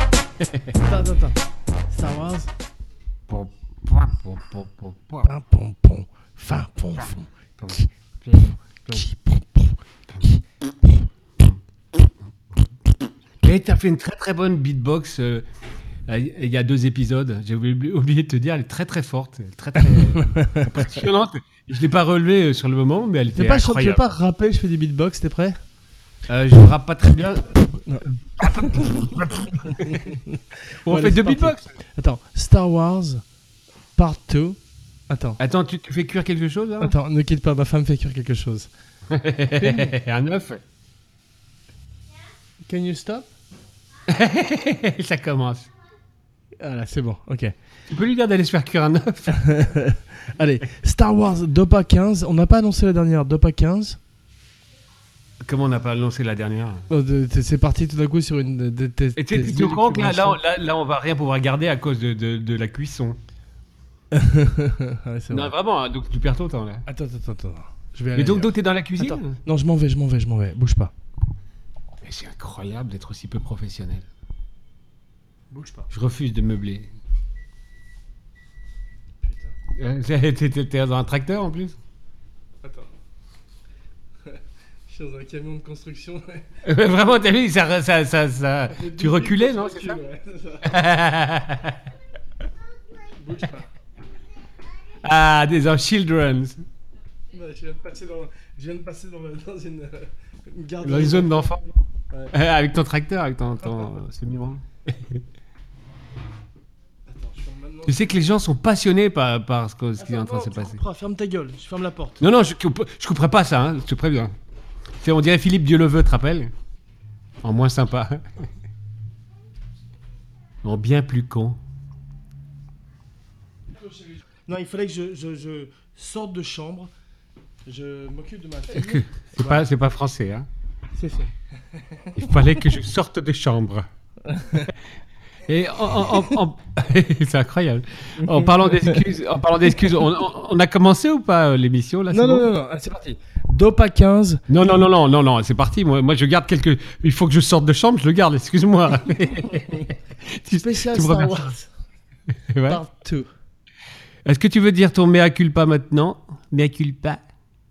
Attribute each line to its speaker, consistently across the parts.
Speaker 1: attends, attends, attends. Star Wars.
Speaker 2: Pom, pom, pom, pom, pom, pom.
Speaker 1: Pam, pom, pom. Fin, pom, fond.
Speaker 2: Pom, pom, pom.
Speaker 1: Qui, pom, pom.
Speaker 2: Et t'as fait une très très bonne beatbox euh, il y a deux épisodes. J'ai oublié, oublié de te dire, elle est très très forte, elle est très très euh, impressionnante. Je l'ai pas relevée euh, sur le moment, mais elle
Speaker 1: T'es
Speaker 2: était
Speaker 1: pas, je peux
Speaker 2: incroyable.
Speaker 1: pas rapper, je fais des beatbox, t'es prêt
Speaker 2: Euh, je rappe pas très bien.
Speaker 1: Non.
Speaker 2: On
Speaker 1: Voilà,
Speaker 2: fait
Speaker 1: c'est
Speaker 2: deux
Speaker 1: parti.
Speaker 2: beatbox.
Speaker 1: Attends, Star Wars, part 2. Attends,
Speaker 2: Attends, tu, tu fais cuire quelque chose là
Speaker 1: attends, ne quitte pas, ma femme fait cuire quelque chose.
Speaker 2: Un œuf
Speaker 1: Can you stop
Speaker 2: Ça commence.
Speaker 1: Ah là, c'est bon, ok.
Speaker 2: Tu peux lui dire d'aller se faire cuire un œuf
Speaker 1: Allez, Star Wars Dopa 15. On n'a pas annoncé la dernière Dopa 15.
Speaker 2: Comment on n'a pas lancé la dernière
Speaker 1: Oh, de- de- C'est parti tout d'un coup sur une. de- de- des-
Speaker 2: Et tu te
Speaker 1: des
Speaker 2: rends que là, là, on-
Speaker 1: déclinaisons.
Speaker 2: là, là, on va rien pouvoir garder à cause de, de- de la cuisson.
Speaker 1: Ouais, c'est
Speaker 2: Non,
Speaker 1: vrai.
Speaker 2: vraiment, hein, donc tu perds ton temps là.
Speaker 1: Attends, attends, attends. attends. Je vais aller
Speaker 2: Mais donc,
Speaker 1: ailleurs.
Speaker 2: donc t'es dans la cuisine
Speaker 1: Attends. Non, je m'en vais, je m'en vais, je m'en vais. Bouge pas.
Speaker 2: Mais c'est incroyable d'être aussi peu professionnel. Bouge pas. Je refuse de meubler. Putain. Euh, T'es dans un tracteur en plus
Speaker 1: Attends. je suis dans un camion de construction.
Speaker 2: Vraiment, t'as vu, ça, ça, ça, ça- tu reculais, non c'est ça
Speaker 1: Bouge pas.
Speaker 2: Ah, des un children's.
Speaker 1: je viens de passer dans, une, garde.
Speaker 2: Dans les zones d'enfants.
Speaker 1: Ouais.
Speaker 2: Euh, avec ton tracteur, avec ton, ton semi-rond. Tu sais que les gens sont passionnés par, par ce, que- ce qui est en train de se passer.
Speaker 1: Ferme ta gueule, je ferme la porte.
Speaker 2: Non, non, je, coupe- je couperai pas ça, hein, je te préviens. C'est, on dirait Philippe Dieuleveux, te rappelles En moins sympa. en bien plus con.
Speaker 1: Non, il fallait que je, je, je sorte de chambre. Je m'occupe de ma fille.
Speaker 2: C'est pas, c'est pas français, hein
Speaker 1: C'est fait.
Speaker 2: Il fallait que je sorte des chambres. Et en, en- en- en- c'est incroyable. En parlant d'excuses, en parlant d'excuses, on, on- on a commencé ou pas euh, l'émission là
Speaker 1: Non,
Speaker 2: c'est
Speaker 1: non,
Speaker 2: bon
Speaker 1: non, non, ah, c'est parti. Dopa 15.
Speaker 2: non, non, non, non, non, non, c'est parti. Moi, moi, je garde quelques. Il faut que je sorte de chambre, je le garde. Excuse-moi. tu,
Speaker 1: Spécial
Speaker 2: tu me
Speaker 1: Star
Speaker 2: remercies.
Speaker 1: Wars
Speaker 2: Ouais.
Speaker 1: Part 2.
Speaker 2: Est-ce que tu veux dire ton mea culpa maintenant Mea culpa.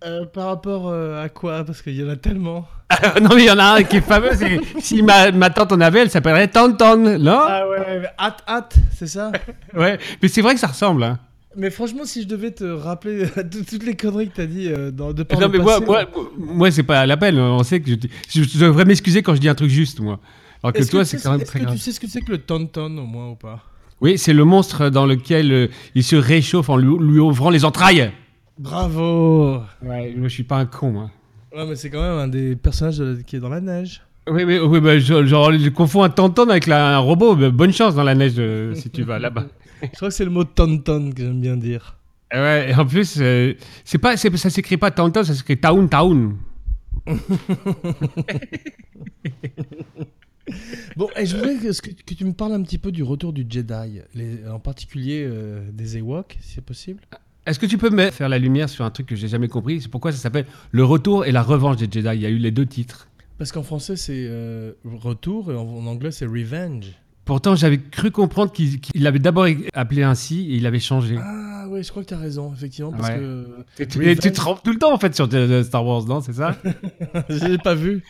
Speaker 1: Euh, par rapport euh, à quoi Parce qu'il y en a tellement.
Speaker 2: non, mais il y en a un qui est fameux. c'est- Si ma, ma tante en avait, elle s'appellerait Tonton, non
Speaker 1: Ah ouais, ouais, ouais. hâte, hâte, c'est ça
Speaker 2: Ouais. Mais c'est vrai que ça ressemble. hein.
Speaker 1: Mais franchement, si je devais te rappeler de- toutes les conneries que t'as dit euh, dans, de par
Speaker 2: Non,
Speaker 1: le
Speaker 2: mais moi,
Speaker 1: passé, euh,
Speaker 2: moi, moi c'est pas à l'appel. hein. On sait que je, dis- je- je devrais m'excuser quand je dis un truc juste, moi. Alors que
Speaker 1: est-ce
Speaker 2: toi,
Speaker 1: tu
Speaker 2: c'est
Speaker 1: sais-
Speaker 2: quand même
Speaker 1: est-ce
Speaker 2: très
Speaker 1: que
Speaker 2: grave.
Speaker 1: tu sais ce que c'est que le tonton au moins ou pas
Speaker 2: Oui, c'est le monstre dans lequel euh, il se réchauffe en lui, lui ouvrant les entrailles.
Speaker 1: Bravo
Speaker 2: Ouais, moi, je suis pas un con, hein. moi.
Speaker 1: Ouais, mais c'est quand même un des personnages de la- qui est dans la neige.
Speaker 2: Oui, oui, oui, bah, je- genre, je confonds un tonton avec la- un robot. Bah, bonne chance dans la neige euh, si tu vas là-bas.
Speaker 1: Je crois que c'est le mot tonton que j'aime bien dire.
Speaker 2: Et Ouais, et en plus, euh, c'est pas, c'est- ça s'écrit pas tonton, ça s'écrit taoun taoun.
Speaker 1: Bon, et je voudrais que, ce que- que tu me parles un petit peu du retour du Jedi, les- en particulier euh, des Ewoks, si c'est possible.
Speaker 2: Est-ce que tu peux me faire la lumière sur un truc que j'ai jamais compris C'est pourquoi ça s'appelle Le Retour et la Revanche des Jedi. Il y a eu les deux titres.
Speaker 1: Parce qu'en français, c'est euh, retour et en, en anglais, c'est revenge.
Speaker 2: Pourtant, j'avais cru comprendre qu'il qu'il l'avait d'abord appelé ainsi et il avait changé.
Speaker 1: Ah ouais, je crois que t'as raison, effectivement, parce
Speaker 2: Ouais.
Speaker 1: que
Speaker 2: Et tu,
Speaker 1: oui,
Speaker 2: et tu
Speaker 1: Van-
Speaker 2: te trompes tout le temps en fait sur euh, Star Wars, non C'est ça
Speaker 1: je l'ai pas vu.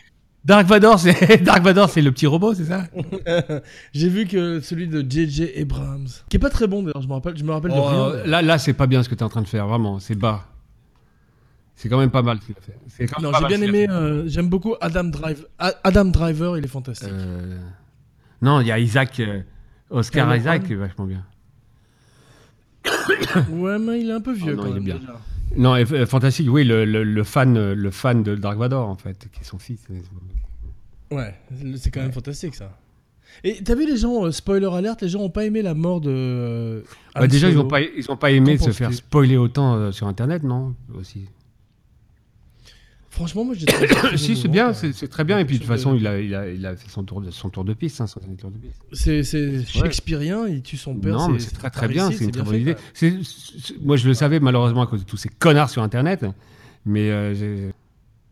Speaker 2: Dark Vador, c'est Dark Vador, c'est le petit robot, c'est ça
Speaker 1: J'ai vu que celui de JJ Abrams, qui est pas très bon d'ailleurs, je me rappelle, je me rappelle de
Speaker 2: Oh,
Speaker 1: rien.
Speaker 2: euh, Là, là, c'est pas bien ce que t'es en train de faire, vraiment. C'est bas. C'est quand même pas mal. ce qu'il a fait. C'est quand même
Speaker 1: Non,
Speaker 2: pas
Speaker 1: j'ai bien
Speaker 2: mal ce qu'il a
Speaker 1: aimé, euh, j'aime beaucoup Adam Driver. Adam Driver, il est
Speaker 2: fait.
Speaker 1: fantastique.
Speaker 2: Euh, Non, il y a Isaac, euh, Oscar
Speaker 1: Kylo
Speaker 2: Isaac,
Speaker 1: Ren.
Speaker 2: qui est vachement bien.
Speaker 1: Ouais, mais il est un peu vieux
Speaker 2: Ah non,
Speaker 1: quand
Speaker 2: il est
Speaker 1: même,
Speaker 2: bien.
Speaker 1: déjà.
Speaker 2: Non, et, euh, fantastique. Oui, le, le- le fan, euh, le fan de Dark Vador en fait, qui est son
Speaker 1: Ah,
Speaker 2: fils.
Speaker 1: Ouais, le- c'est quand même fantastique ça. Et t'as vu les gens, euh, spoiler alerte, les gens ont pas aimé la mort de. euh, Han
Speaker 2: Bah, déjà, ils
Speaker 1: Solo.
Speaker 2: n'ont pas, ils ont pas aimé
Speaker 1: Qu'en
Speaker 2: se faire
Speaker 1: penses-tu
Speaker 2: spoiler autant euh, sur Internet, non Aussi.
Speaker 1: Franchement, moi j'ai trouvé ça très
Speaker 2: si, c'est
Speaker 1: émouvant,
Speaker 2: bien,
Speaker 1: quoi.
Speaker 2: c'est c'est très bien. Et puis, de toute
Speaker 1: Quelque chose
Speaker 2: façon, il a, il, a, il a fait son tour de, son tour de piste. hein, son dernier tour de piste.
Speaker 1: C'est c'est shakespearien, il tue son père.
Speaker 2: Non, mais c'est très très bien.
Speaker 1: réussi,
Speaker 2: C'est une très bonne
Speaker 1: fait,
Speaker 2: idée.
Speaker 1: quoi.
Speaker 2: C'est- c'est- c'est- moi, je le savais malheureusement à cause de tous ces connards sur Internet. Mais euh, j'ai-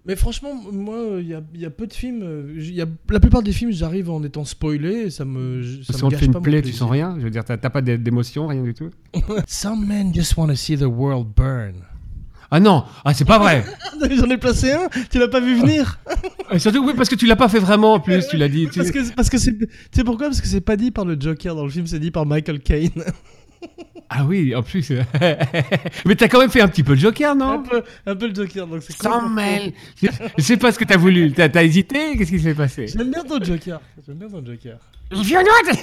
Speaker 1: Mais franchement, moi, il y a, il y a peu de films. euh, j- il Y a, la plupart des films, j'arrive en étant spoilé. et Ça me. je- Ça
Speaker 2: Si
Speaker 1: me
Speaker 2: on te
Speaker 1: gâche
Speaker 2: fait
Speaker 1: pas
Speaker 2: une
Speaker 1: mon
Speaker 2: plaie, tu
Speaker 1: plaisir.
Speaker 2: sens rien. Je veux dire, t'as t'as pas d'é- d'émotion, rien du tout.
Speaker 1: Some men just want to see the world burn.
Speaker 2: Ah non, ah c'est pas vrai.
Speaker 1: J'en ai placé un, tu l'as pas vu venir
Speaker 2: Et surtout, oui, parce que tu l'as pas fait vraiment en plus, tu l'as dit. tu-
Speaker 1: Parce que parce que c'est. Tu sais pourquoi Parce que c'est pas dit par le Joker dans le film, c'est dit par Michael Caine.
Speaker 2: Ah oui, en plus. Mais t'as quand même fait un petit peu le Joker,
Speaker 1: un,
Speaker 2: non
Speaker 1: peu, un peu le Joker, donc c'est
Speaker 2: Sans
Speaker 1: complètement-
Speaker 2: mêle. Je je sais pas ce que t'as voulu. T'as t'as hésité Qu'est-ce qui s'est passé
Speaker 1: J'aime bien ton Joker. J'aime bien ton Joker.
Speaker 2: Il fait une autre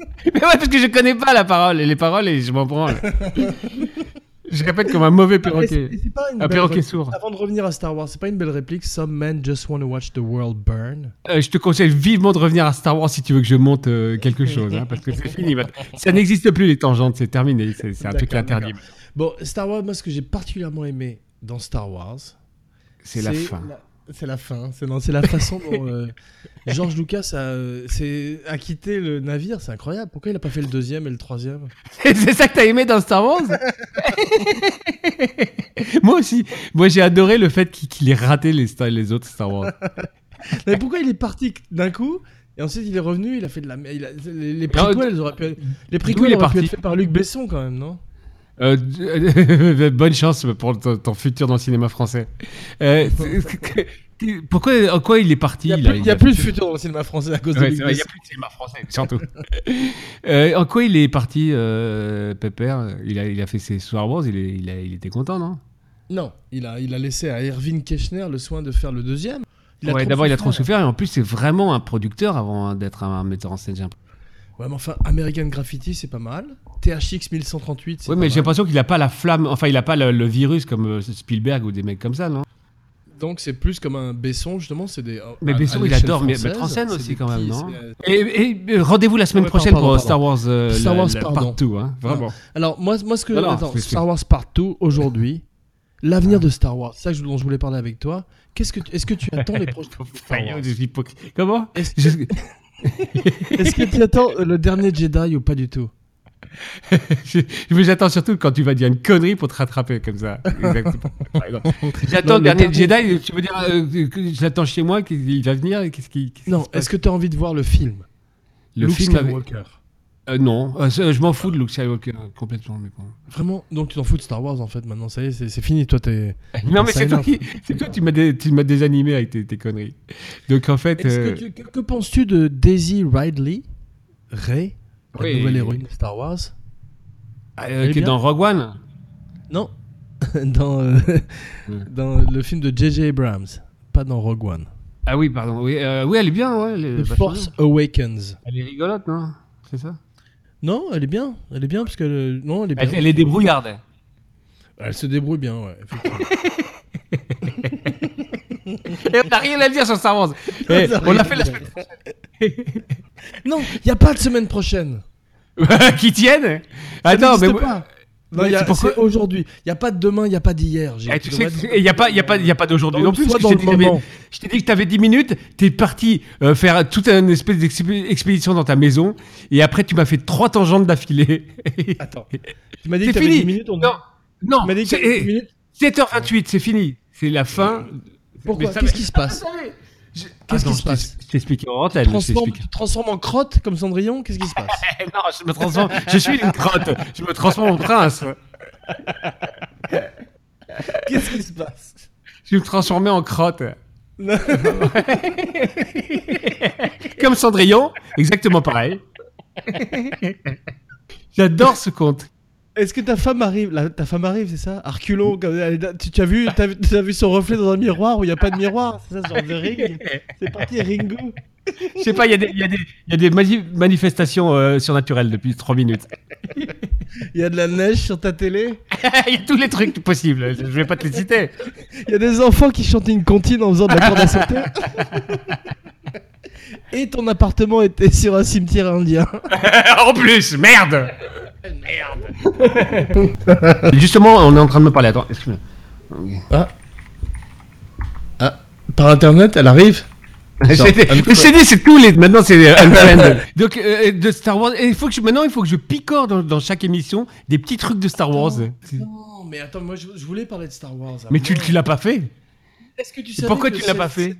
Speaker 2: Mais ouais, parce que je connais pas la parole. Et les paroles, et je m'en branle. je répète comme un mauvais
Speaker 1: Ah, Mais c'est-
Speaker 2: perroquet.
Speaker 1: mais c'est pas une
Speaker 2: Un
Speaker 1: belle
Speaker 2: perroquet
Speaker 1: ré-
Speaker 2: sourd.
Speaker 1: Avant de revenir à Star Wars, c'est pas une belle réplique. Some men just want to watch the world burn.
Speaker 2: Euh, je te conseille vivement de revenir à Star Wars si tu veux que je monte euh, quelque chose. hein, parce que c'est fini. maintenant. Ça n'existe plus, les tangentes. C'est terminé. C'est c'est un truc
Speaker 1: D'accord,
Speaker 2: interdit.
Speaker 1: Bon, Star Wars, moi, ce que j'ai particulièrement aimé dans Star Wars,
Speaker 2: C'est la fin.
Speaker 1: C'est la fin. C'est non, c'est la façon dont euh, George Lucas a, euh, s'est- a quitté le navire. C'est incroyable. Pourquoi il a pas fait le deuxième et le troisième
Speaker 2: C'est ça que t'as aimé dans Star Wars Moi aussi. Moi, j'ai adoré le fait qu'il qu'il ait raté les, Star- les autres Star Wars.
Speaker 1: Mais pourquoi il est parti d'un coup et ensuite il est revenu, il a fait de la merde. il a- Les, les
Speaker 2: Non,
Speaker 1: prequels, ils auraient pu, les
Speaker 2: d'où il
Speaker 1: prequels
Speaker 2: est
Speaker 1: auraient pu
Speaker 2: parti
Speaker 1: être faits par Luc Besson quand même, non
Speaker 2: Euh, euh, bonne chance pour ton, ton futur dans le cinéma français. Euh, pourquoi, en quoi il est parti
Speaker 1: Il n'y a,
Speaker 2: là,
Speaker 1: plus- il y a plus de futur dans le cinéma français à cause de
Speaker 2: Ouais,
Speaker 1: Luc
Speaker 2: c'est vrai, il n'y
Speaker 1: Besson.
Speaker 2: a plus de cinéma français, surtout. Euh, en quoi il est parti, euh, Pépère il a, il a fait ses Star Wars, il, est- il a- il était content, non
Speaker 1: Non, il a, il a laissé à Irving Keschner le soin de faire le deuxième. Il a
Speaker 2: Ouais,
Speaker 1: trop
Speaker 2: D'abord, il a trop souffert, et en plus, c'est vraiment un producteur avant hein, d'être un, metteur en scène. j'ai l'impression.
Speaker 1: Ouais, mais enfin, American Graffiti, c'est pas mal. THX 1138, c'est
Speaker 2: Oui,
Speaker 1: pas
Speaker 2: mais j'ai
Speaker 1: mal.
Speaker 2: l'impression qu'il n'a pas la flamme, enfin, il n'a pas le, le virus comme euh, Spielberg ou des mecs comme ça, non
Speaker 1: Donc c'est plus comme un Besson, justement. c'est Des, euh,
Speaker 2: Mais
Speaker 1: à-
Speaker 2: Besson,
Speaker 1: à
Speaker 2: il
Speaker 1: l'échelle
Speaker 2: adore
Speaker 1: française,
Speaker 2: mettre en scène
Speaker 1: c'est
Speaker 2: aussi,
Speaker 1: des
Speaker 2: quand même,
Speaker 1: petits-
Speaker 2: non
Speaker 1: c'est-
Speaker 2: Et, et, euh, rendez-vous la semaine
Speaker 1: Ouais,
Speaker 2: prochaine
Speaker 1: pardon,
Speaker 2: pour
Speaker 1: pardon.
Speaker 2: Star Wars, euh,
Speaker 1: Star
Speaker 2: la-
Speaker 1: Wars,
Speaker 2: la-
Speaker 1: pardon.
Speaker 2: partout, hein, vraiment.
Speaker 1: Alors, moi, moi ce que.
Speaker 2: Non, non,
Speaker 1: attends,
Speaker 2: c'est-
Speaker 1: Star Wars partout, aujourd'hui, l'avenir de Star Wars, c'est ça que je- dont je voulais parler avec toi. Qu'est-ce que tu- Est-ce que tu attends les prochains. Star Wars
Speaker 2: Faillot, je suis hypocrite. Comment
Speaker 1: Est-ce
Speaker 2: Je-
Speaker 1: est-ce que tu attends euh, le dernier Jedi ou pas du tout
Speaker 2: je- je- J'attends surtout quand tu vas dire une connerie pour te rattraper comme ça. Exactement. Par exemple.
Speaker 1: Non,
Speaker 2: J'attends
Speaker 1: le
Speaker 2: le dernier
Speaker 1: dernier-
Speaker 2: Jedi, tu veux dire, euh, que je l'attends chez moi, qu'il il va venir, et qu'est-ce qui. qu'est-ce qui
Speaker 1: Non,
Speaker 2: se passe
Speaker 1: est-ce que tu as envie de voir le film
Speaker 2: le
Speaker 1: Luke
Speaker 2: film avec.
Speaker 1: Skywalker.
Speaker 2: Euh, non, Euh, ça, je m'en fous de Luke Skywalker euh, complètement. Mais bon.
Speaker 1: Vraiment, donc tu t'en fous de Star Wars en fait maintenant, ça y est, c'est c'est fini, toi t'es...
Speaker 2: Non, mais
Speaker 1: Ça
Speaker 2: c'est toi,
Speaker 1: énerve.
Speaker 2: qui, c'est toi qui m'as dé- tu m'as désanimé avec tes, tes conneries. Donc en fait.
Speaker 1: Est-ce
Speaker 2: euh,
Speaker 1: Que, tu- que, que penses-tu de Daisy Ridley, Rey, la
Speaker 2: Oui.
Speaker 1: nouvelle héroïne de Star Wars
Speaker 2: euh,
Speaker 1: Elle est
Speaker 2: qui est
Speaker 1: bien
Speaker 2: dans Rogue One
Speaker 1: Non, dans, euh,
Speaker 2: Ouais.
Speaker 1: dans le film de J.J. Abrams, pas dans Rogue One.
Speaker 2: Ah oui, pardon. Oui, euh, oui elle est bien. Ouais, elle est
Speaker 1: The
Speaker 2: vachement
Speaker 1: Force
Speaker 2: bien.
Speaker 1: Awakens.
Speaker 2: Elle est rigolote, non C'est ça
Speaker 1: Non, elle est bien, elle est bien parce que... euh, Non, elle est bien.
Speaker 2: elle, elle est débrouillarde.
Speaker 1: Elle se débrouille bien, ouais. effectivement.
Speaker 2: Et on n'a rien à dire sur Star Wars. Eh, on l'a fait la semaine
Speaker 1: non, il n'y a pas de semaine prochaine
Speaker 2: qui tienne.
Speaker 1: Ça
Speaker 2: Attends, mais
Speaker 1: n'existe
Speaker 2: moi-
Speaker 1: pas. Non,
Speaker 2: mais
Speaker 1: il y a-
Speaker 2: c'est pourquoi-
Speaker 1: c'est aujourd'hui. Il n'y a pas de demain, il n'y a pas d'hier. j'ai-
Speaker 2: Eh,
Speaker 1: tu
Speaker 2: tu sais,
Speaker 1: devrais être-
Speaker 2: il n'y a pas, il y a pas, il y a pas d'aujourd'hui
Speaker 1: Dans-
Speaker 2: non plus.
Speaker 1: soit
Speaker 2: parce que
Speaker 1: dans
Speaker 2: je t'ai
Speaker 1: le
Speaker 2: dit que
Speaker 1: moment.
Speaker 2: t'avais- Je t'ai dit que t'avais 10 minutes, t'es parti euh, faire toute une espèce d'expédition dans ta maison, et après tu m'as fait trois tangentes d'affilée.
Speaker 1: Attends. Tu m'as dit
Speaker 2: C'est
Speaker 1: que t'avais
Speaker 2: fini.
Speaker 1: 10 minutes. On...
Speaker 2: Non,
Speaker 1: Tu
Speaker 2: non.
Speaker 1: m'as dit que
Speaker 2: c'est-
Speaker 1: t'avais 10
Speaker 2: eh,
Speaker 1: minutes.
Speaker 2: 7h28, c'est fini. C'est la fin.
Speaker 1: Euh, Pourquoi
Speaker 2: Mais ça-
Speaker 1: Qu'est-ce qui se passe Qu'est-ce
Speaker 2: Attends,
Speaker 1: qui se
Speaker 2: je t'ex-
Speaker 1: passe
Speaker 2: Je t'explique en antenne, Ah je
Speaker 1: transforme,
Speaker 2: t'explique.
Speaker 1: Tu transformes en crotte comme Cendrillon Qu'est-ce qui se passe
Speaker 2: Eh non, je me transforme. Je suis une crotte. Je me transforme en prince.
Speaker 1: Qu'est-ce qui se passe
Speaker 2: Je vais me transformer en crotte.
Speaker 1: Non.
Speaker 2: Comme Cendrillon, exactement pareil. J'adore ce conte.
Speaker 1: Est-ce que ta femme arrive La- Ta femme arrive, c'est ça Arculon,
Speaker 2: Mm.
Speaker 1: tu, tu as vu, t'as vu- t'as vu son reflet dans un miroir où il n'y a pas de miroir C'est ça, ce genre de ring C'est parti, Ringo
Speaker 2: Je sais pas, il y a des, il y a des- il y a des mani- manifestations euh, surnaturelles depuis 3 minutes.
Speaker 1: Il y a de la neige sur ta télé
Speaker 2: Il y a tous les trucs possibles, je vais pas te les citer.
Speaker 1: Il y a des enfants qui chantent une comptine en faisant de la corde à sauter Et ton appartement était sur un cimetière indien.
Speaker 2: en plus, merde Merde Justement, on est en train de me parler, attends, excuse-moi.
Speaker 1: Ah. Ah. Par internet, elle arrive Genre,
Speaker 2: J'ai dit,
Speaker 1: un-
Speaker 2: j'ai dit, c'est tous les. Maintenant, c'est euh, Unfriended. Donc, euh, de Star Wars. Et il faut que je, maintenant, il faut que je picore dans, dans chaque émission des petits trucs de Star Wars.
Speaker 1: Non, mais attends, moi je, je voulais parler de Star Wars.
Speaker 2: Mais tu, tu l'as pas fait.
Speaker 1: Est-ce que tu
Speaker 2: Et
Speaker 1: savais
Speaker 2: pourquoi
Speaker 1: que
Speaker 2: tu l'as
Speaker 1: c'est-
Speaker 2: pas fait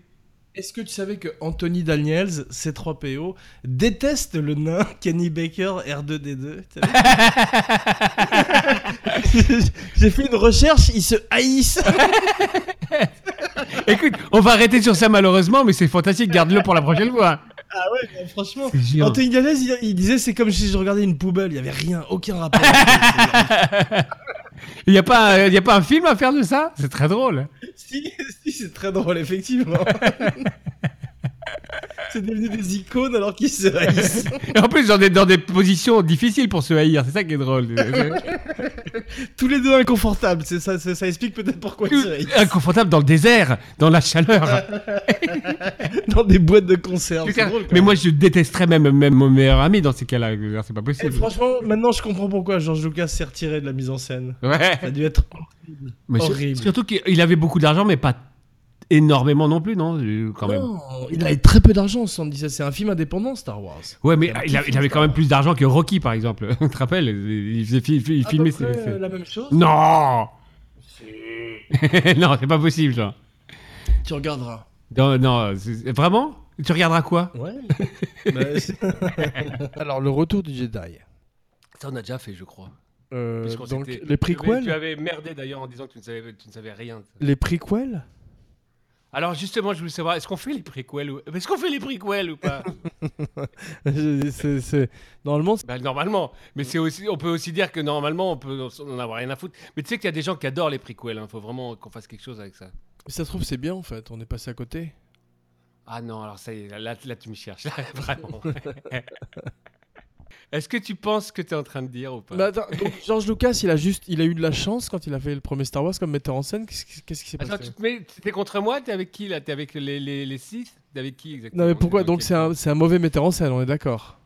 Speaker 1: Est-ce que tu savais que Anthony Daniels, C3PO, déteste le nain Kenny Baker R2D2 Tu savais J'ai fait une recherche, ils se haïssent.
Speaker 2: Ah Écoute, on va arrêter sur ça malheureusement, mais c'est fantastique. Garde-le pour la prochaine fois.
Speaker 1: Ah ouais, mais franchement.
Speaker 2: C'est géant.
Speaker 1: Anthony Daniels, il, il disait c'est comme si je regardais une poubelle, il y avait rien, aucun rapport.
Speaker 2: Il n'y a, pas un- il y a pas un film à faire de ça C'est très drôle.
Speaker 1: si, si, c'est très drôle, effectivement. c'est devenu des icônes alors qu'ils se haïssent.
Speaker 2: Et en plus, j'en ai dans des positions difficiles pour se haïr. C'est ça qui est drôle.
Speaker 1: Tous les deux inconfortables, c'est ça, ça, ça explique peut-être pourquoi ils se haïssent.
Speaker 2: Inconfortable dans le désert, dans la chaleur.
Speaker 1: Dans des boîtes de conserve.
Speaker 2: C'est
Speaker 1: c'est
Speaker 2: clair.
Speaker 1: drôle, quand
Speaker 2: mais
Speaker 1: même.
Speaker 2: moi, je détesterais même, même mon meilleur ami dans ces cas-là. C'est pas
Speaker 1: Et
Speaker 2: possible.
Speaker 1: franchement, maintenant je comprends pourquoi George Lucas s'est retiré de la mise en scène.
Speaker 2: Ouais.
Speaker 1: Ça a dû être.
Speaker 2: Mais sur-
Speaker 1: Horrible.
Speaker 2: surtout qu'il avait beaucoup d'argent, mais pas énormément non plus, non euh, Quand même.
Speaker 1: Non, Oh, il a eu très peu d'argent en 77. C'est un film indépendant, Star Wars.
Speaker 2: Ouais, mais
Speaker 1: Il avait
Speaker 2: il, a-
Speaker 1: tout
Speaker 2: il avait
Speaker 1: fait,
Speaker 2: quand même plus d'argent que Rocky, par exemple. tu te rappelles Il, faisait fi- fi- il
Speaker 1: Ah,
Speaker 2: filmait. ses- ses-
Speaker 1: euh, la même chose.
Speaker 2: Non Non, c'est pas possible, ça.
Speaker 1: Tu regarderas.
Speaker 2: Non, non, c'est- vraiment Tu regarderas quoi
Speaker 1: Ouais. Bah, Alors, le retour du Jedi.
Speaker 2: Ça, on a déjà fait, je crois.
Speaker 1: Euh,
Speaker 2: Puisqu'on
Speaker 1: donc,
Speaker 2: s'était-
Speaker 1: les prequels
Speaker 2: Tu avais merdé d'ailleurs en disant que tu ne savais, tu ne savais rien.
Speaker 1: Les prequels
Speaker 2: Alors justement, je voulais savoir, est-ce qu'on fait les préquels ou... Est-ce qu'on fait les préquels ou pas
Speaker 1: C'est- c'est- Normalement, c'est-
Speaker 2: Bah, normalement, mais c'est aussi, on peut aussi dire que normalement, on peut on en avoir rien à foutre. Mais tu sais qu'il y a des gens qui adorent les préquels. Il faut vraiment qu'on fasse quelque chose avec ça.
Speaker 1: ça se trouve, c'est bien en fait. On est passé à côté.
Speaker 2: Ah non, alors ça y est, là, là, là, tu me cherches, là, vraiment. Est-ce que tu penses ce que tu es en train de dire ou pas
Speaker 1: Mais Bah, attends, donc, George Lucas, il a juste, il a eu de la chance quand il a fait le premier Star Wars comme metteur en scène. Qu'est-ce qui- qu'est-ce qui s'est passé
Speaker 2: Attends, tu te mets, t'es contre moi T'es avec qui là T'es avec les, les, les six T'es avec qui exactement
Speaker 1: Non mais pourquoi Donc
Speaker 2: T'es
Speaker 1: c'est un,
Speaker 2: avec
Speaker 1: c'est un mauvais metteur en scène, on est d'accord.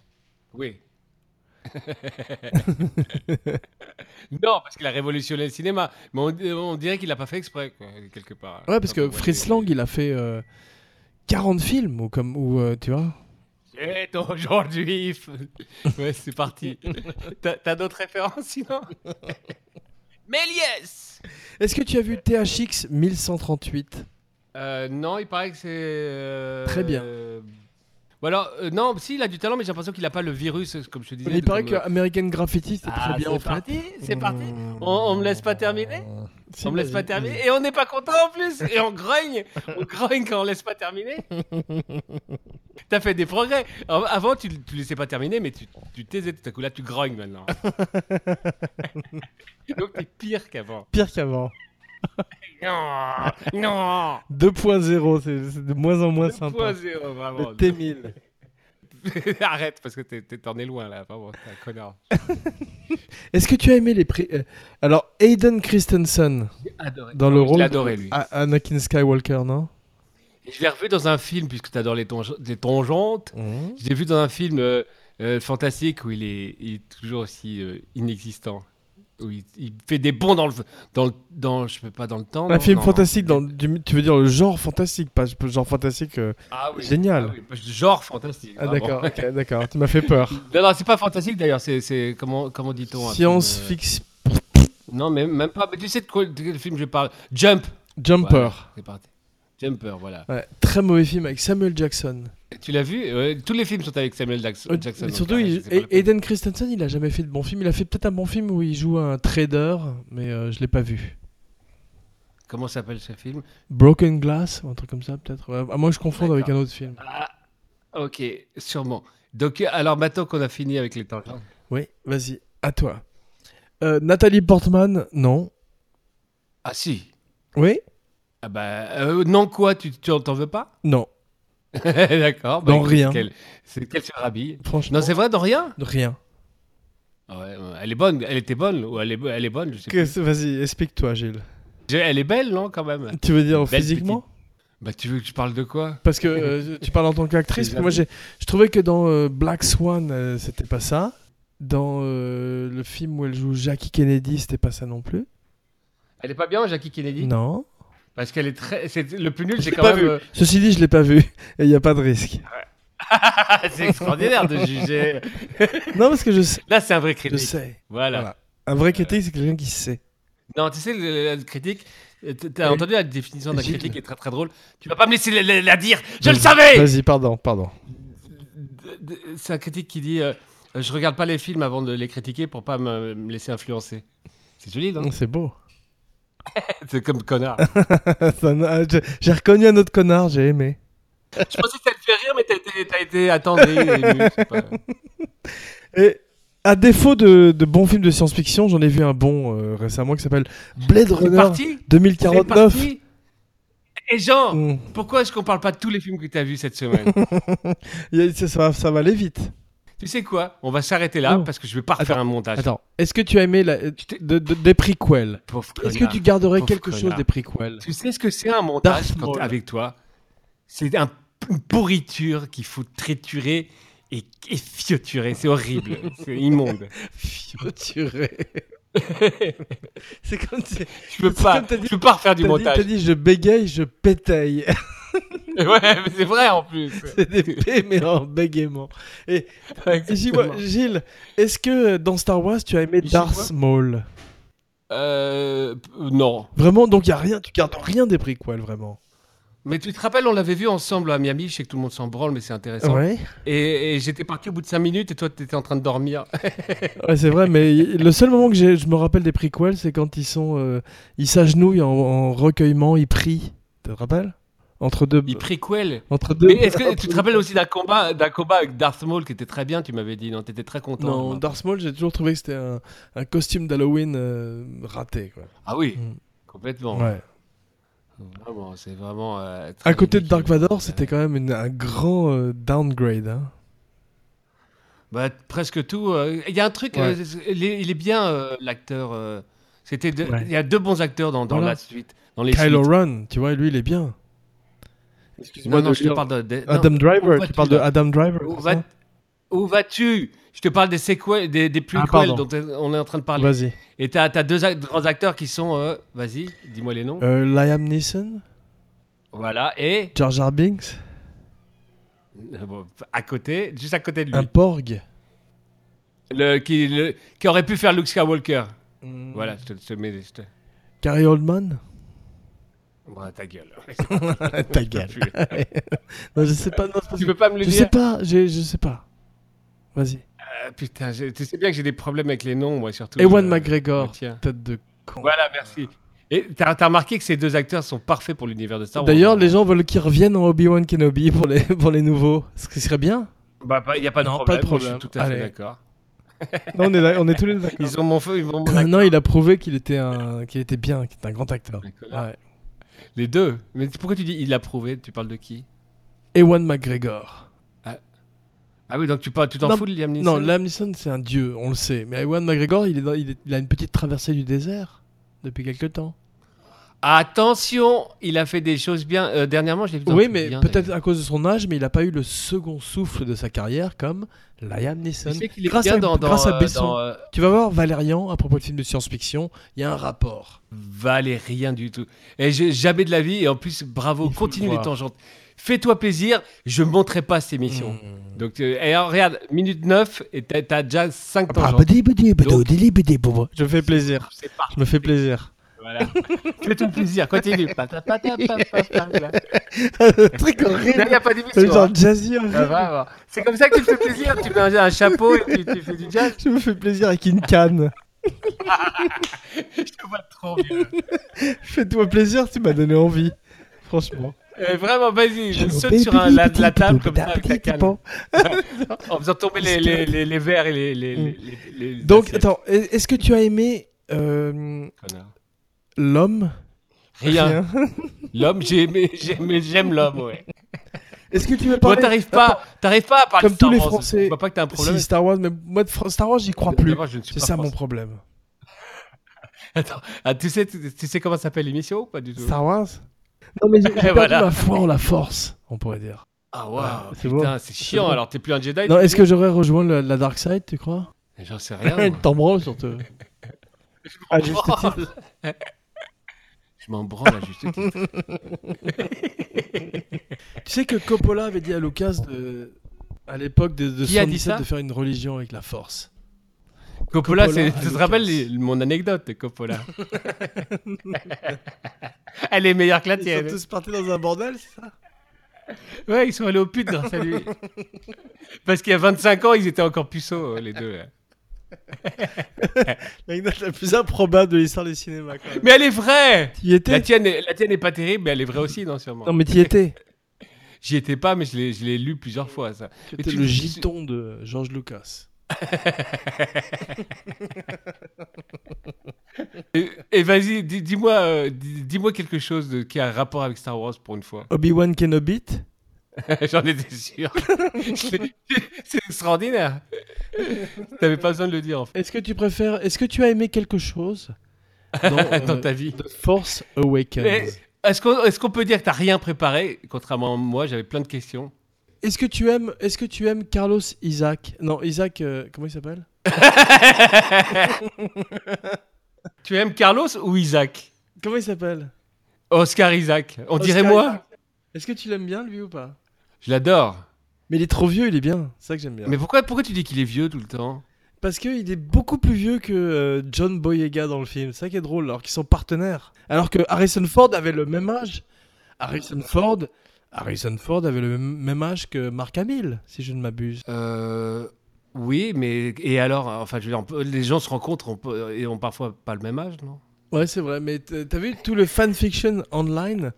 Speaker 2: qui Oui. non, parce qu'il a révolutionné le cinéma. Mais on, on dirait qu'il l'a pas fait exprès, quoi, quelque part.
Speaker 1: Ouais parce que
Speaker 2: Enfin, bon,
Speaker 1: Fritz
Speaker 2: ouais,
Speaker 1: Lang il a fait euh, 40 films ou comme ou euh, tu vois.
Speaker 2: C'est aujourd'hui. ouais, c'est parti. T'as, t'as d'autres références sinon Méliès
Speaker 1: Est-ce que tu as vu THX 1138
Speaker 2: Euh, non, il paraît que c'est. euh,
Speaker 1: Très bien.
Speaker 2: euh, Ou alors, euh, non, si, il a du talent, mais j'ai l'impression qu'il a pas le virus, euh, comme je te disais.
Speaker 1: Il
Speaker 2: de-
Speaker 1: paraît
Speaker 2: comme,
Speaker 1: que
Speaker 2: euh,
Speaker 1: American Graffiti c'est
Speaker 2: Ah,
Speaker 1: très bien en
Speaker 2: c'est
Speaker 1: fait. Hmm.
Speaker 2: parti, c'est parti. On, on me laisse pas terminer
Speaker 1: Si,
Speaker 2: On me laisse
Speaker 1: vas-y,
Speaker 2: pas
Speaker 1: vas-y.
Speaker 2: terminer. Et on n'est pas content en plus. Et on grogne. On grogne quand on laisse pas terminer. T'as fait des progrès. Av- Avant, tu, tu laissais pas terminer, mais tu, tu taisais tout à coup. Là, tu grognes maintenant. Donc, t'es pire qu'avant.
Speaker 1: Pire qu'avant.
Speaker 2: Non, non.
Speaker 1: 2.0, c'est c'est de moins en moins sympa.
Speaker 2: 2.0, vraiment.
Speaker 1: Le T1000.
Speaker 2: Arrête, parce que t'es- t'es- t'en es loin là. Enfin bon, t'es un connard.
Speaker 1: Est-ce que tu as aimé les prix euh, Alors Hayden Christensen
Speaker 2: Adoré.
Speaker 1: dans le
Speaker 2: Ah Je
Speaker 1: rôle
Speaker 2: l'adorais lui.
Speaker 1: de- A- Anakin Skywalker, non
Speaker 2: Je l'ai revu dans un film, puisque t'adores les, tonge- les tangentes. Je l'ai vu dans un film euh, euh, fantastique où il est, il est toujours aussi euh, inexistant. Où il, il fait des bonds dans le, dans le, dans, je sais pas, dans le
Speaker 1: Un
Speaker 2: temps. Oh non,
Speaker 1: film
Speaker 2: non,
Speaker 1: fantastique,
Speaker 2: non.
Speaker 1: dans, du- tu veux dire le genre fantastique, pas genre fantastique euh,
Speaker 2: Ah oui.
Speaker 1: Génial.
Speaker 2: Ah oui, parce que Genre fantastique.
Speaker 1: Ah
Speaker 2: vraiment.
Speaker 1: d'accord, ok, d'accord, tu m'as fait peur.
Speaker 2: Non, non, c'est pas fantastique d'ailleurs. C'est, c'est comment, comment dit-on un
Speaker 1: Science
Speaker 2: film, euh,
Speaker 1: fiction
Speaker 2: Non, mais même pas. Mais tu sais de, quoi, de quel film je parle Jump.
Speaker 1: Jumper.
Speaker 2: Voilà, c'est parti. Jumper, voilà.
Speaker 1: Ouais, très mauvais film avec Samuel Jackson.
Speaker 2: Tu l'as vu Ouais, Tous les films sont avec Samuel Jackson.
Speaker 1: Euh,
Speaker 2: Jackson,
Speaker 1: mais
Speaker 2: donc,
Speaker 1: surtout,
Speaker 2: ah,
Speaker 1: il-
Speaker 2: je sais pas lequel.
Speaker 1: Hayden Christensen, il a jamais fait de bon film. Il a fait peut-être un bon film où il joue un trader, mais euh, je l'ai pas vu.
Speaker 2: Comment s'appelle ce film
Speaker 1: Broken Glass, ou un truc comme ça peut-être. Ouais, à moins que je confonde avec un autre film.
Speaker 2: Ah, ok, sûrement. Donc, euh, alors maintenant qu'on a fini avec les tangentes.
Speaker 1: Oui, vas-y, à toi. Euh, Nathalie Portman, non.
Speaker 2: Ah si.
Speaker 1: Oui
Speaker 2: Ah bah, euh, non quoi, tu tu- t'en veux pas
Speaker 1: Non,
Speaker 2: D'accord. bah,
Speaker 1: Dans
Speaker 2: écoute,
Speaker 1: rien.
Speaker 2: Qu'elle, c'est qu'elle se rhabille.
Speaker 1: franchement,
Speaker 2: Non, c'est vrai, dans rien.
Speaker 1: rien.
Speaker 2: Ouais, ouais, elle est bonne, elle était bonne, ou elle est, elle est bonne, je sais
Speaker 1: Que- Vas-y, explique-toi, Gilles.
Speaker 2: plus. Je- Elle est belle, non, quand même
Speaker 1: Tu veux dire
Speaker 2: Bah, Une belle
Speaker 1: physiquement
Speaker 2: Bah, tu veux que je parle de quoi
Speaker 1: Parce que euh, tu parles en tant qu'actrice.
Speaker 2: Des
Speaker 1: parce que Moi,
Speaker 2: amis.
Speaker 1: j'ai, je trouvais que dans euh, Black Swan, euh, c'était pas ça. Dans euh, le film où elle joue Jackie Kennedy, c'était pas ça non plus.
Speaker 2: Elle est pas bien, Jackie Kennedy
Speaker 1: Non.
Speaker 2: Parce qu'elle est très. c'est- Le plus nul,
Speaker 1: Je
Speaker 2: c'est
Speaker 1: l'ai
Speaker 2: quand
Speaker 1: pas
Speaker 2: même.
Speaker 1: vu.
Speaker 2: euh, Ah
Speaker 1: Ceci dit, je l'ai pas vu. Et il n'y a pas de risque.
Speaker 2: c'est extraordinaire de juger.
Speaker 1: Non, parce que je sais.
Speaker 2: Là, c'est un vrai
Speaker 1: Je
Speaker 2: critique.
Speaker 1: sais.
Speaker 2: Voilà.
Speaker 1: Voilà. Un vrai critique, c'est quelqu'un qui sait.
Speaker 2: Non, tu sais, le- la critique. euh, t- T'as
Speaker 1: Oui.
Speaker 2: entendu la définition de la
Speaker 1: Gilles.
Speaker 2: critique qui est très très drôle. Tu vas pas me laisser la, la- la dire. Je le savais.
Speaker 1: Vas-y, pardon, pardon.
Speaker 2: D- d- C'est un critique qui dit euh, Je regarde pas les films avant de les critiquer pour pas me, me laisser influencer. C'est hein. joli, non
Speaker 1: Non, C'est beau.
Speaker 2: C'est comme connard.
Speaker 1: Ça n'a- J'ai j'ai reconnu un autre connard, j'ai aimé.
Speaker 2: Je pensais que ça te fait rire, mais t'as été, t'as été attendri. ému, je sais pas.
Speaker 1: Et à défaut de, de bons films de science-fiction, j'en ai vu un bon euh, récemment qui s'appelle Blade
Speaker 2: C'est
Speaker 1: Runner
Speaker 2: parti. C'est
Speaker 1: 2049.
Speaker 2: parti. Et Jean,
Speaker 1: Mm.
Speaker 2: pourquoi est-ce qu'on parle pas de tous les films que t'as vus cette semaine
Speaker 1: Il y a- Ça, ça va, ça va aller vite.
Speaker 2: Tu sais quoi On va s'arrêter là
Speaker 1: Oh.
Speaker 2: parce que je vais pas refaire
Speaker 1: Attends,
Speaker 2: un montage.
Speaker 1: Attends, est-ce que tu as aimé la- de- de- des prequels
Speaker 2: Pauvre
Speaker 1: Est-ce que
Speaker 2: connard.
Speaker 1: tu garderais
Speaker 2: Pauvre
Speaker 1: quelque chose
Speaker 2: connard.
Speaker 1: des prequels
Speaker 2: Tu sais ce que c'est un montage
Speaker 1: Darth
Speaker 2: quand
Speaker 1: Maul.
Speaker 2: avec toi C'est un, une pourriture qu'il faut triturer et, et fioturer. C'est horrible, c'est immonde.
Speaker 1: Fioturé. c'est comme tu
Speaker 2: Je peux
Speaker 1: C'est
Speaker 2: pas,
Speaker 1: comme t'as dit-
Speaker 2: je peux pas refaire
Speaker 1: t'as
Speaker 2: du
Speaker 1: dit, t'as
Speaker 2: montage.
Speaker 1: dit je bégaye, je pétaille.
Speaker 2: Ouais, mais c'est vrai en plus.
Speaker 1: c'est des P mais en bégaiement. Et j'y vois-
Speaker 2: Exactement.
Speaker 1: Gilles, est-ce que euh, dans Star Wars tu as aimé
Speaker 2: J'y
Speaker 1: Darth Maul
Speaker 2: Euh, p- non.
Speaker 1: Vraiment, donc il y a rien, tu gardes rien des prequels vraiment.
Speaker 2: Mais tu te rappelles, on l'avait vu ensemble à Miami. Je sais que tout le monde s'en branle, mais c'est intéressant.
Speaker 1: Ouais.
Speaker 2: Et, et j'étais parti au bout de 5 minutes et toi, t'étais en train de dormir.
Speaker 1: Ouais, c'est vrai, mais y- le seul moment que j'ai- je me rappelle des prequels, c'est quand ils sont, euh, ils s'agenouillent en, en recueillement, ils prient. Tu te rappelles Entre deux.
Speaker 2: Il préquel.
Speaker 1: Entre deux.
Speaker 2: Mais est-ce que
Speaker 1: entre
Speaker 2: tu te
Speaker 1: deux-
Speaker 2: rappelles aussi d'un combat, d'un combat avec Darth Maul qui était très bien, tu m'avais dit, non T'étais très content. je
Speaker 1: Non,
Speaker 2: crois.
Speaker 1: Darth Maul, j'ai toujours trouvé que c'était un, un costume d'Halloween euh, raté. Quoi.
Speaker 2: Ah oui,
Speaker 1: Mm.
Speaker 2: complètement.
Speaker 1: Ouais.
Speaker 2: Vraiment, Oh, c'est vraiment. euh,
Speaker 1: À côté de Dark
Speaker 2: tragique.
Speaker 1: Vador, c'était quand même une- un grand euh, downgrade. hein.
Speaker 2: Bah, presque tout. euh, Il y a un truc,
Speaker 1: Ouais.
Speaker 2: euh, c'est- il, est, il est bien euh, l'acteur. euh, c'était de-
Speaker 1: Ouais.
Speaker 2: Il y a deux bons acteurs dans, dans
Speaker 1: Voilà.
Speaker 2: la suite. Dans les
Speaker 1: Kylo
Speaker 2: suites.
Speaker 1: Ren, tu vois, lui, il est bien.
Speaker 2: Non,
Speaker 1: Excuse-moi
Speaker 2: non,
Speaker 1: de
Speaker 2: je te
Speaker 1: dire-
Speaker 2: parle de. de-
Speaker 1: Adam
Speaker 2: non,
Speaker 1: Driver,
Speaker 2: où
Speaker 1: tu parles de
Speaker 2: vas-tu, là
Speaker 1: Adam Driver.
Speaker 2: Où
Speaker 1: c'est
Speaker 2: vas-
Speaker 1: ça
Speaker 2: Où vas-tu Je te parle des séquelles, des, des
Speaker 1: Ah,
Speaker 2: prequels
Speaker 1: pardon.
Speaker 2: dont on est en train de parler.
Speaker 1: Vas-y.
Speaker 2: Et t'as as deux ac- grands acteurs qui sont. euh, Vas-y, dis-moi les noms.
Speaker 1: Euh, Liam Neeson,
Speaker 2: Voilà, et.
Speaker 1: Jar Jar Binks,
Speaker 2: Euh, bon, à côté, juste à côté de lui.
Speaker 1: un Porg.
Speaker 2: Le, qui, le- qui aurait pu faire Luke Skywalker.
Speaker 1: Mm.
Speaker 2: Voilà, je te, je te mets. Je te...
Speaker 1: Gary Oldman
Speaker 2: Bon, ta gueule.
Speaker 1: Ta gueule. non, je sais pas. non,
Speaker 2: tu peux pas me le
Speaker 1: je
Speaker 2: dire
Speaker 1: sais pas, j'ai- je sais pas. Vas-y.
Speaker 2: Ah, Putain, j'ai- tu sais bien que j'ai des problèmes avec les noms, moi, surtout.
Speaker 1: Ewan
Speaker 2: euh,
Speaker 1: McGregor,
Speaker 2: tiens.
Speaker 1: tête de con.
Speaker 2: Voilà, merci. Et t'as t'as remarqué que ces deux acteurs sont parfaits pour l'univers de Star Wars.
Speaker 1: D'ailleurs, les gens veulent qu'ils reviennent en Obi-Wan Kenobi pour les, pour les nouveaux. Ce qui serait bien.
Speaker 2: Bah, pas- y a pas de
Speaker 1: Non,
Speaker 2: problème.
Speaker 1: pas de problème.
Speaker 2: moi, Je suis tout à fait
Speaker 1: Allez. Ah.
Speaker 2: d'accord.
Speaker 1: Non, on est, là- on est tous les deux d'accord.
Speaker 2: Ils ont mon feu, ils vont mon
Speaker 1: Ah, Non,
Speaker 2: acteur.
Speaker 1: non, il a prouvé qu'il était, un, qu'il était bien, qu'il était un grand acteur.
Speaker 2: Nicolas.
Speaker 1: Ouais.
Speaker 2: Les deux. Mais pourquoi tu dis il l'a prouvé Tu parles de qui
Speaker 1: Ewan McGregor.
Speaker 2: Ah oui, donc tu parles- tu t'en
Speaker 1: Non,
Speaker 2: fous de Liam Neeson
Speaker 1: Non, Liam Neeson, c'est un dieu, on le sait. Mais Ewan McGregor, il, est dans- il est- il a une petite traversée du désert depuis quelque temps.
Speaker 2: Attention, il a fait des choses bien. euh, dernièrement, je l'ai vu. dans
Speaker 1: oui,
Speaker 2: un
Speaker 1: mais
Speaker 2: truc bien,
Speaker 1: peut-être
Speaker 2: d'ailleurs.
Speaker 1: à cause de son âge, mais il n'a pas eu le second souffle de sa carrière comme Liam Neeson.
Speaker 2: Tu sais qu'il est
Speaker 1: grâce
Speaker 2: bien
Speaker 1: à-
Speaker 2: dans, dans,
Speaker 1: grâce à
Speaker 2: euh,
Speaker 1: Besson.
Speaker 2: dans, euh,
Speaker 1: Tu vas voir Valérian, à propos de films de science-fiction, il y a un rapport.
Speaker 2: valait rien du tout. Et j'ai jamais de la vie. Et en plus, bravo,
Speaker 1: Il faut
Speaker 2: continue
Speaker 1: le
Speaker 2: les
Speaker 1: voir.
Speaker 2: tangentes. Fais-toi plaisir, je monterai pas cette émission.
Speaker 1: Hmm.
Speaker 2: Donc, euh, et alors, regarde, minute 9, et t'as t'as déjà 5
Speaker 1: Ah,
Speaker 2: tangentes. Donc-
Speaker 1: Je fais plaisir,
Speaker 2: C'est parti.
Speaker 1: je me fais plaisir.
Speaker 2: Voilà. Fais-toi plaisir, continue. Pata, pata, pata, pata.
Speaker 1: Truc
Speaker 2: Là,
Speaker 1: horrible.
Speaker 2: y a pas
Speaker 1: C'est
Speaker 2: d'émission. hein.
Speaker 1: genre jazzy horrible.
Speaker 2: Ça va, va. C'est comme ça que tu te fais plaisir. Tu mets un, un chapeau et tu, tu fais du jazz.
Speaker 1: Je me fais plaisir avec une canne.
Speaker 2: Je te vois trop bien.
Speaker 1: Fais-toi plaisir, tu m'as donné envie. Franchement.
Speaker 2: Euh, vraiment, vas-y, je saute sur un- la, la table comme ça avec la canne, en faisant tomber les, les, les, les verres et les. les, les, les- les-
Speaker 1: Donc,
Speaker 2: assiettes.
Speaker 1: attends, est-ce que tu as aimé euh,
Speaker 2: Connard.
Speaker 1: l'homme
Speaker 2: Rien. L'homme, j'ai aimé- j'ai aimé- j'aime l'homme, ouais.
Speaker 1: Est-ce que tu veux
Speaker 2: Moi,
Speaker 1: parler
Speaker 2: t'arrives pas, t'arrives pas à parler
Speaker 1: Comme
Speaker 2: de Star
Speaker 1: tous les
Speaker 2: Wars,
Speaker 1: Français,
Speaker 2: Je vois pas que t'as un problème.
Speaker 1: Si, Star Wars, mais moi, de Fra- Star Wars, j'y crois plus.
Speaker 2: D'abord, je ne suis
Speaker 1: C'est
Speaker 2: pas
Speaker 1: ça
Speaker 2: français.
Speaker 1: mon problème.
Speaker 2: Attends, ah, tu sais, tu, tu sais comment s'appelle l'émission ou pas du tout
Speaker 1: Star Wars Non, mais j'ai j'ai perdu
Speaker 2: Voilà.
Speaker 1: ma foi en la force, on pourrait dire.
Speaker 2: Ah waouh,
Speaker 1: Ouais, c'est
Speaker 2: putain,
Speaker 1: beau.
Speaker 2: c'est chiant.
Speaker 1: beau.
Speaker 2: Alors, t'es plus un Jedi
Speaker 1: Non,
Speaker 2: t'es
Speaker 1: est-ce que j'aurais rejoint le- la Dark Side, tu crois
Speaker 2: plus- J'en sais rien. moi.
Speaker 1: t'en branles surtout.
Speaker 2: Oh,
Speaker 1: Ah, juste titre.
Speaker 2: Je m'en branle à juste titre.
Speaker 1: Tu sais que Coppola avait dit à Lucas de- à l'époque de, de
Speaker 2: Qui a
Speaker 1: Son
Speaker 2: dit
Speaker 1: Dixon
Speaker 2: ça
Speaker 1: de faire une religion avec la force.
Speaker 2: Coppola,
Speaker 1: Coppola
Speaker 2: c'est-
Speaker 1: à
Speaker 2: tu te
Speaker 1: Lucas.
Speaker 2: rappelles les- mon anecdote, Coppola Elle est meilleure que la
Speaker 1: Ils
Speaker 2: tienne.
Speaker 1: sont tous partis dans un bordel, c'est ça
Speaker 2: Ouais, ils sont allés au pute grâce à lui. Parce qu'il y a 25 ans, ils étaient encore puceaux, euh, les deux. là.
Speaker 1: L'anecdote la plus improbable de l'histoire du cinéma. Quand même.
Speaker 2: Mais elle est vraie
Speaker 1: Tu y
Speaker 2: La
Speaker 1: étais
Speaker 2: tienne, est- la tienne est pas terrible, mais elle est vraie aussi, non, sûrement.
Speaker 1: Non, mais tu y étais.
Speaker 2: J'y étais pas, mais je l'ai- je l'ai lu plusieurs fois, ça.
Speaker 1: Tu
Speaker 2: Mais
Speaker 1: étais
Speaker 2: tu-
Speaker 1: le
Speaker 2: tu-
Speaker 1: giton de Georges Lucas.
Speaker 2: Et, et vas-y, di- dis-moi euh, di- dis-moi quelque chose de- qui a un rapport avec Star Wars pour une fois.
Speaker 1: Obi-Wan Kenobi
Speaker 2: J'en étais sûr. Je l'ai- C'est extraordinaire. T'avais pas besoin de le dire, en fait,
Speaker 1: Est-ce que tu préfères. Est-ce que tu as aimé quelque chose dans, euh,
Speaker 2: dans ta vie.
Speaker 1: The Force Awakens
Speaker 2: Mais Est-ce qu'on est-ce qu'on peut dire que t'as rien préparé Contrairement à moi, j'avais plein de questions.
Speaker 1: Est-ce que tu aimes, est-ce que tu aimes Carlos Isaac Non, Isaac, euh, comment il s'appelle
Speaker 2: Tu aimes Carlos ou Isaac
Speaker 1: Comment il s'appelle
Speaker 2: Oscar Isaac. On
Speaker 1: Oscar
Speaker 2: dirait moi
Speaker 1: Isaac. Est-ce que tu l'aimes bien lui ou pas
Speaker 2: Je l'adore.
Speaker 1: Mais il est trop vieux, il est bien. C'est ça que j'aime bien.
Speaker 2: Mais pourquoi, pourquoi tu dis qu'il est vieux tout le temps
Speaker 1: Parce qu'il est beaucoup plus vieux que euh, John Boyega dans le film. C'est ça qui est drôle, alors qu'ils sont partenaires. Alors que Harrison Ford avait le même âge. Harrison Ford, Harrison Ford avait le m- même âge que Mark Hamill, si je ne m'abuse.
Speaker 2: Euh, oui, mais et alors, enfin, je veux dire, on peut- les gens se rencontrent on peut- et ont parfois pas le même âge, non
Speaker 1: Ouais, c'est vrai, mais t- t'as vu tout le fanfiction online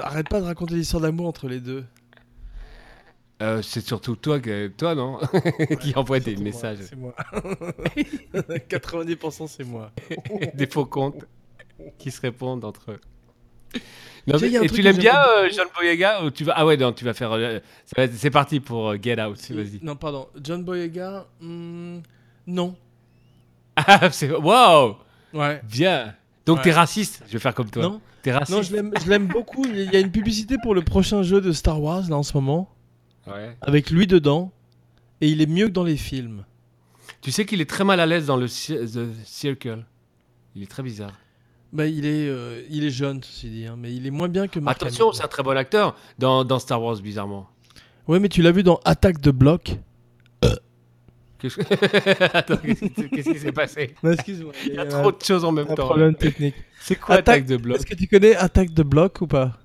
Speaker 1: Arrête pas de raconter l'histoire d'amour entre les deux.
Speaker 2: Euh, C'est surtout toi, que, toi, non, qui envoie des
Speaker 1: Surtout moi,
Speaker 2: messages,
Speaker 1: C'est moi. 90% c'est moi.
Speaker 2: des faux comptes qui se répondent entre eux. Non,
Speaker 1: Tu sais,
Speaker 2: mais-
Speaker 1: il y a un
Speaker 2: et
Speaker 1: truc
Speaker 2: tu
Speaker 1: que
Speaker 2: l'aimes
Speaker 1: j'aime
Speaker 2: bien,
Speaker 1: beaucoup.
Speaker 2: euh, John Boyega ou tu vas... Ah ouais, non, tu vas faire. euh, ça va être- C'est parti pour euh, Get Out, vas-y.
Speaker 1: Non, pardon. John Boyega, hmm, non.
Speaker 2: Ah, c'est waouh,
Speaker 1: Ouais.
Speaker 2: bien. Donc
Speaker 1: Ouais.
Speaker 2: t'es raciste, je vais faire comme toi.
Speaker 1: Non,
Speaker 2: T'es raciste.
Speaker 1: non je l'aime- je l'aime beaucoup. Il y a- il y a une publicité pour le prochain jeu de Star Wars, là, en ce moment,
Speaker 2: Ouais.
Speaker 1: avec lui dedans, et il est mieux que dans les films.
Speaker 2: Tu sais qu'il est très mal à l'aise dans le ci- The Circle. Il est très bizarre.
Speaker 1: Bah, il est, euh, il est jeune, ceci dit, hein, mais il est moins bien que Mark
Speaker 2: Attention,
Speaker 1: Hamill.
Speaker 2: c'est un très bon acteur dans, dans Star Wars, bizarrement.
Speaker 1: Ouais, mais tu l'as vu dans Attaque de Bloc.
Speaker 2: Qu'est-ce que- Attends, qu'est-ce qui- qu'est-ce qui s'est passé
Speaker 1: Non, excuse-moi.
Speaker 2: Il y a trop de choses en même
Speaker 1: un
Speaker 2: temps.
Speaker 1: problème technique.
Speaker 2: C'est quoi
Speaker 1: Attaque-
Speaker 2: Attaque de bloc
Speaker 1: Est-ce que tu connais Attaque de Bloc ou pas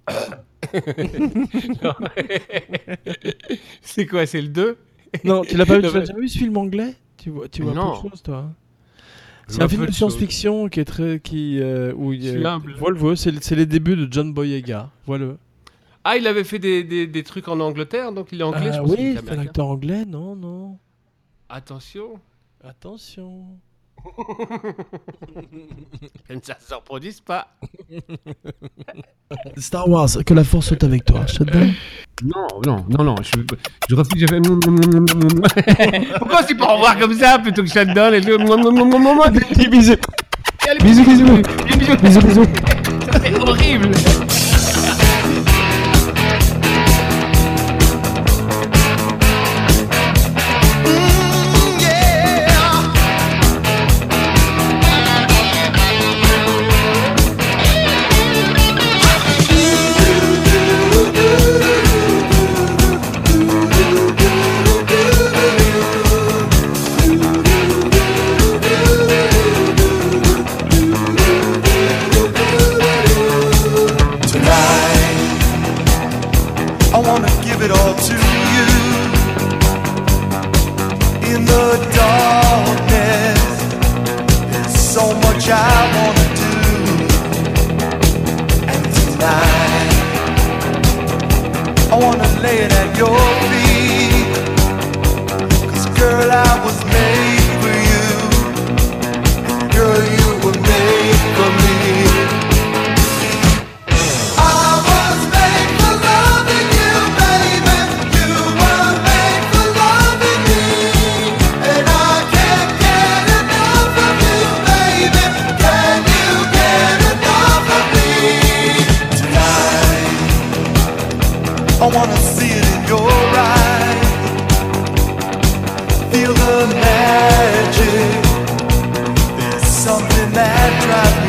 Speaker 2: non. C'est quoi C'est le 2
Speaker 1: Non, tu l'as pas vu,
Speaker 2: Non,
Speaker 1: tu l'as
Speaker 2: mais-
Speaker 1: déjà vu ce film anglais Tu vois, tu
Speaker 2: Mais
Speaker 1: vois
Speaker 2: non.
Speaker 1: peu de choses, toi. hein. C'est un film de science-fiction qui est très, qui, euh, où il y
Speaker 2: Je suis
Speaker 1: a,
Speaker 2: humble.
Speaker 1: voilà, voilà, c'est c'est les débuts de John Boyega. Voilà.
Speaker 2: Ah, il avait fait des, des, des trucs en Angleterre, donc il est anglais. je
Speaker 1: Ah
Speaker 2: pense qu'il est
Speaker 1: oui, c'est un
Speaker 2: américain.
Speaker 1: acteur anglais, non, non.
Speaker 2: Attention,
Speaker 1: Attention.
Speaker 2: comme ça ne se reproduise pas.
Speaker 1: Star Wars, que la force soit avec toi. Je te donne.
Speaker 2: Non, non, non, non, je, je refuse, je fais... Pourquoi tu peux en voir comme ça plutôt que Shandon et tout
Speaker 1: Petit bisou. Bisous, bisous. Bisous, bisous.
Speaker 2: C'est horrible
Speaker 3: Tonight, I wanna give it all to you. In the darkness, there's so much I wanna do. And tonight, I wanna lay it at your feet. 'Cause girl, I was made for you. And girl, you were made for me. I was made for loving you, baby. You were made for loving me, and I can't get enough of you, baby. Can you get enough of me tonight? I wanna see it in your eyes, feel the magic. There's something that drives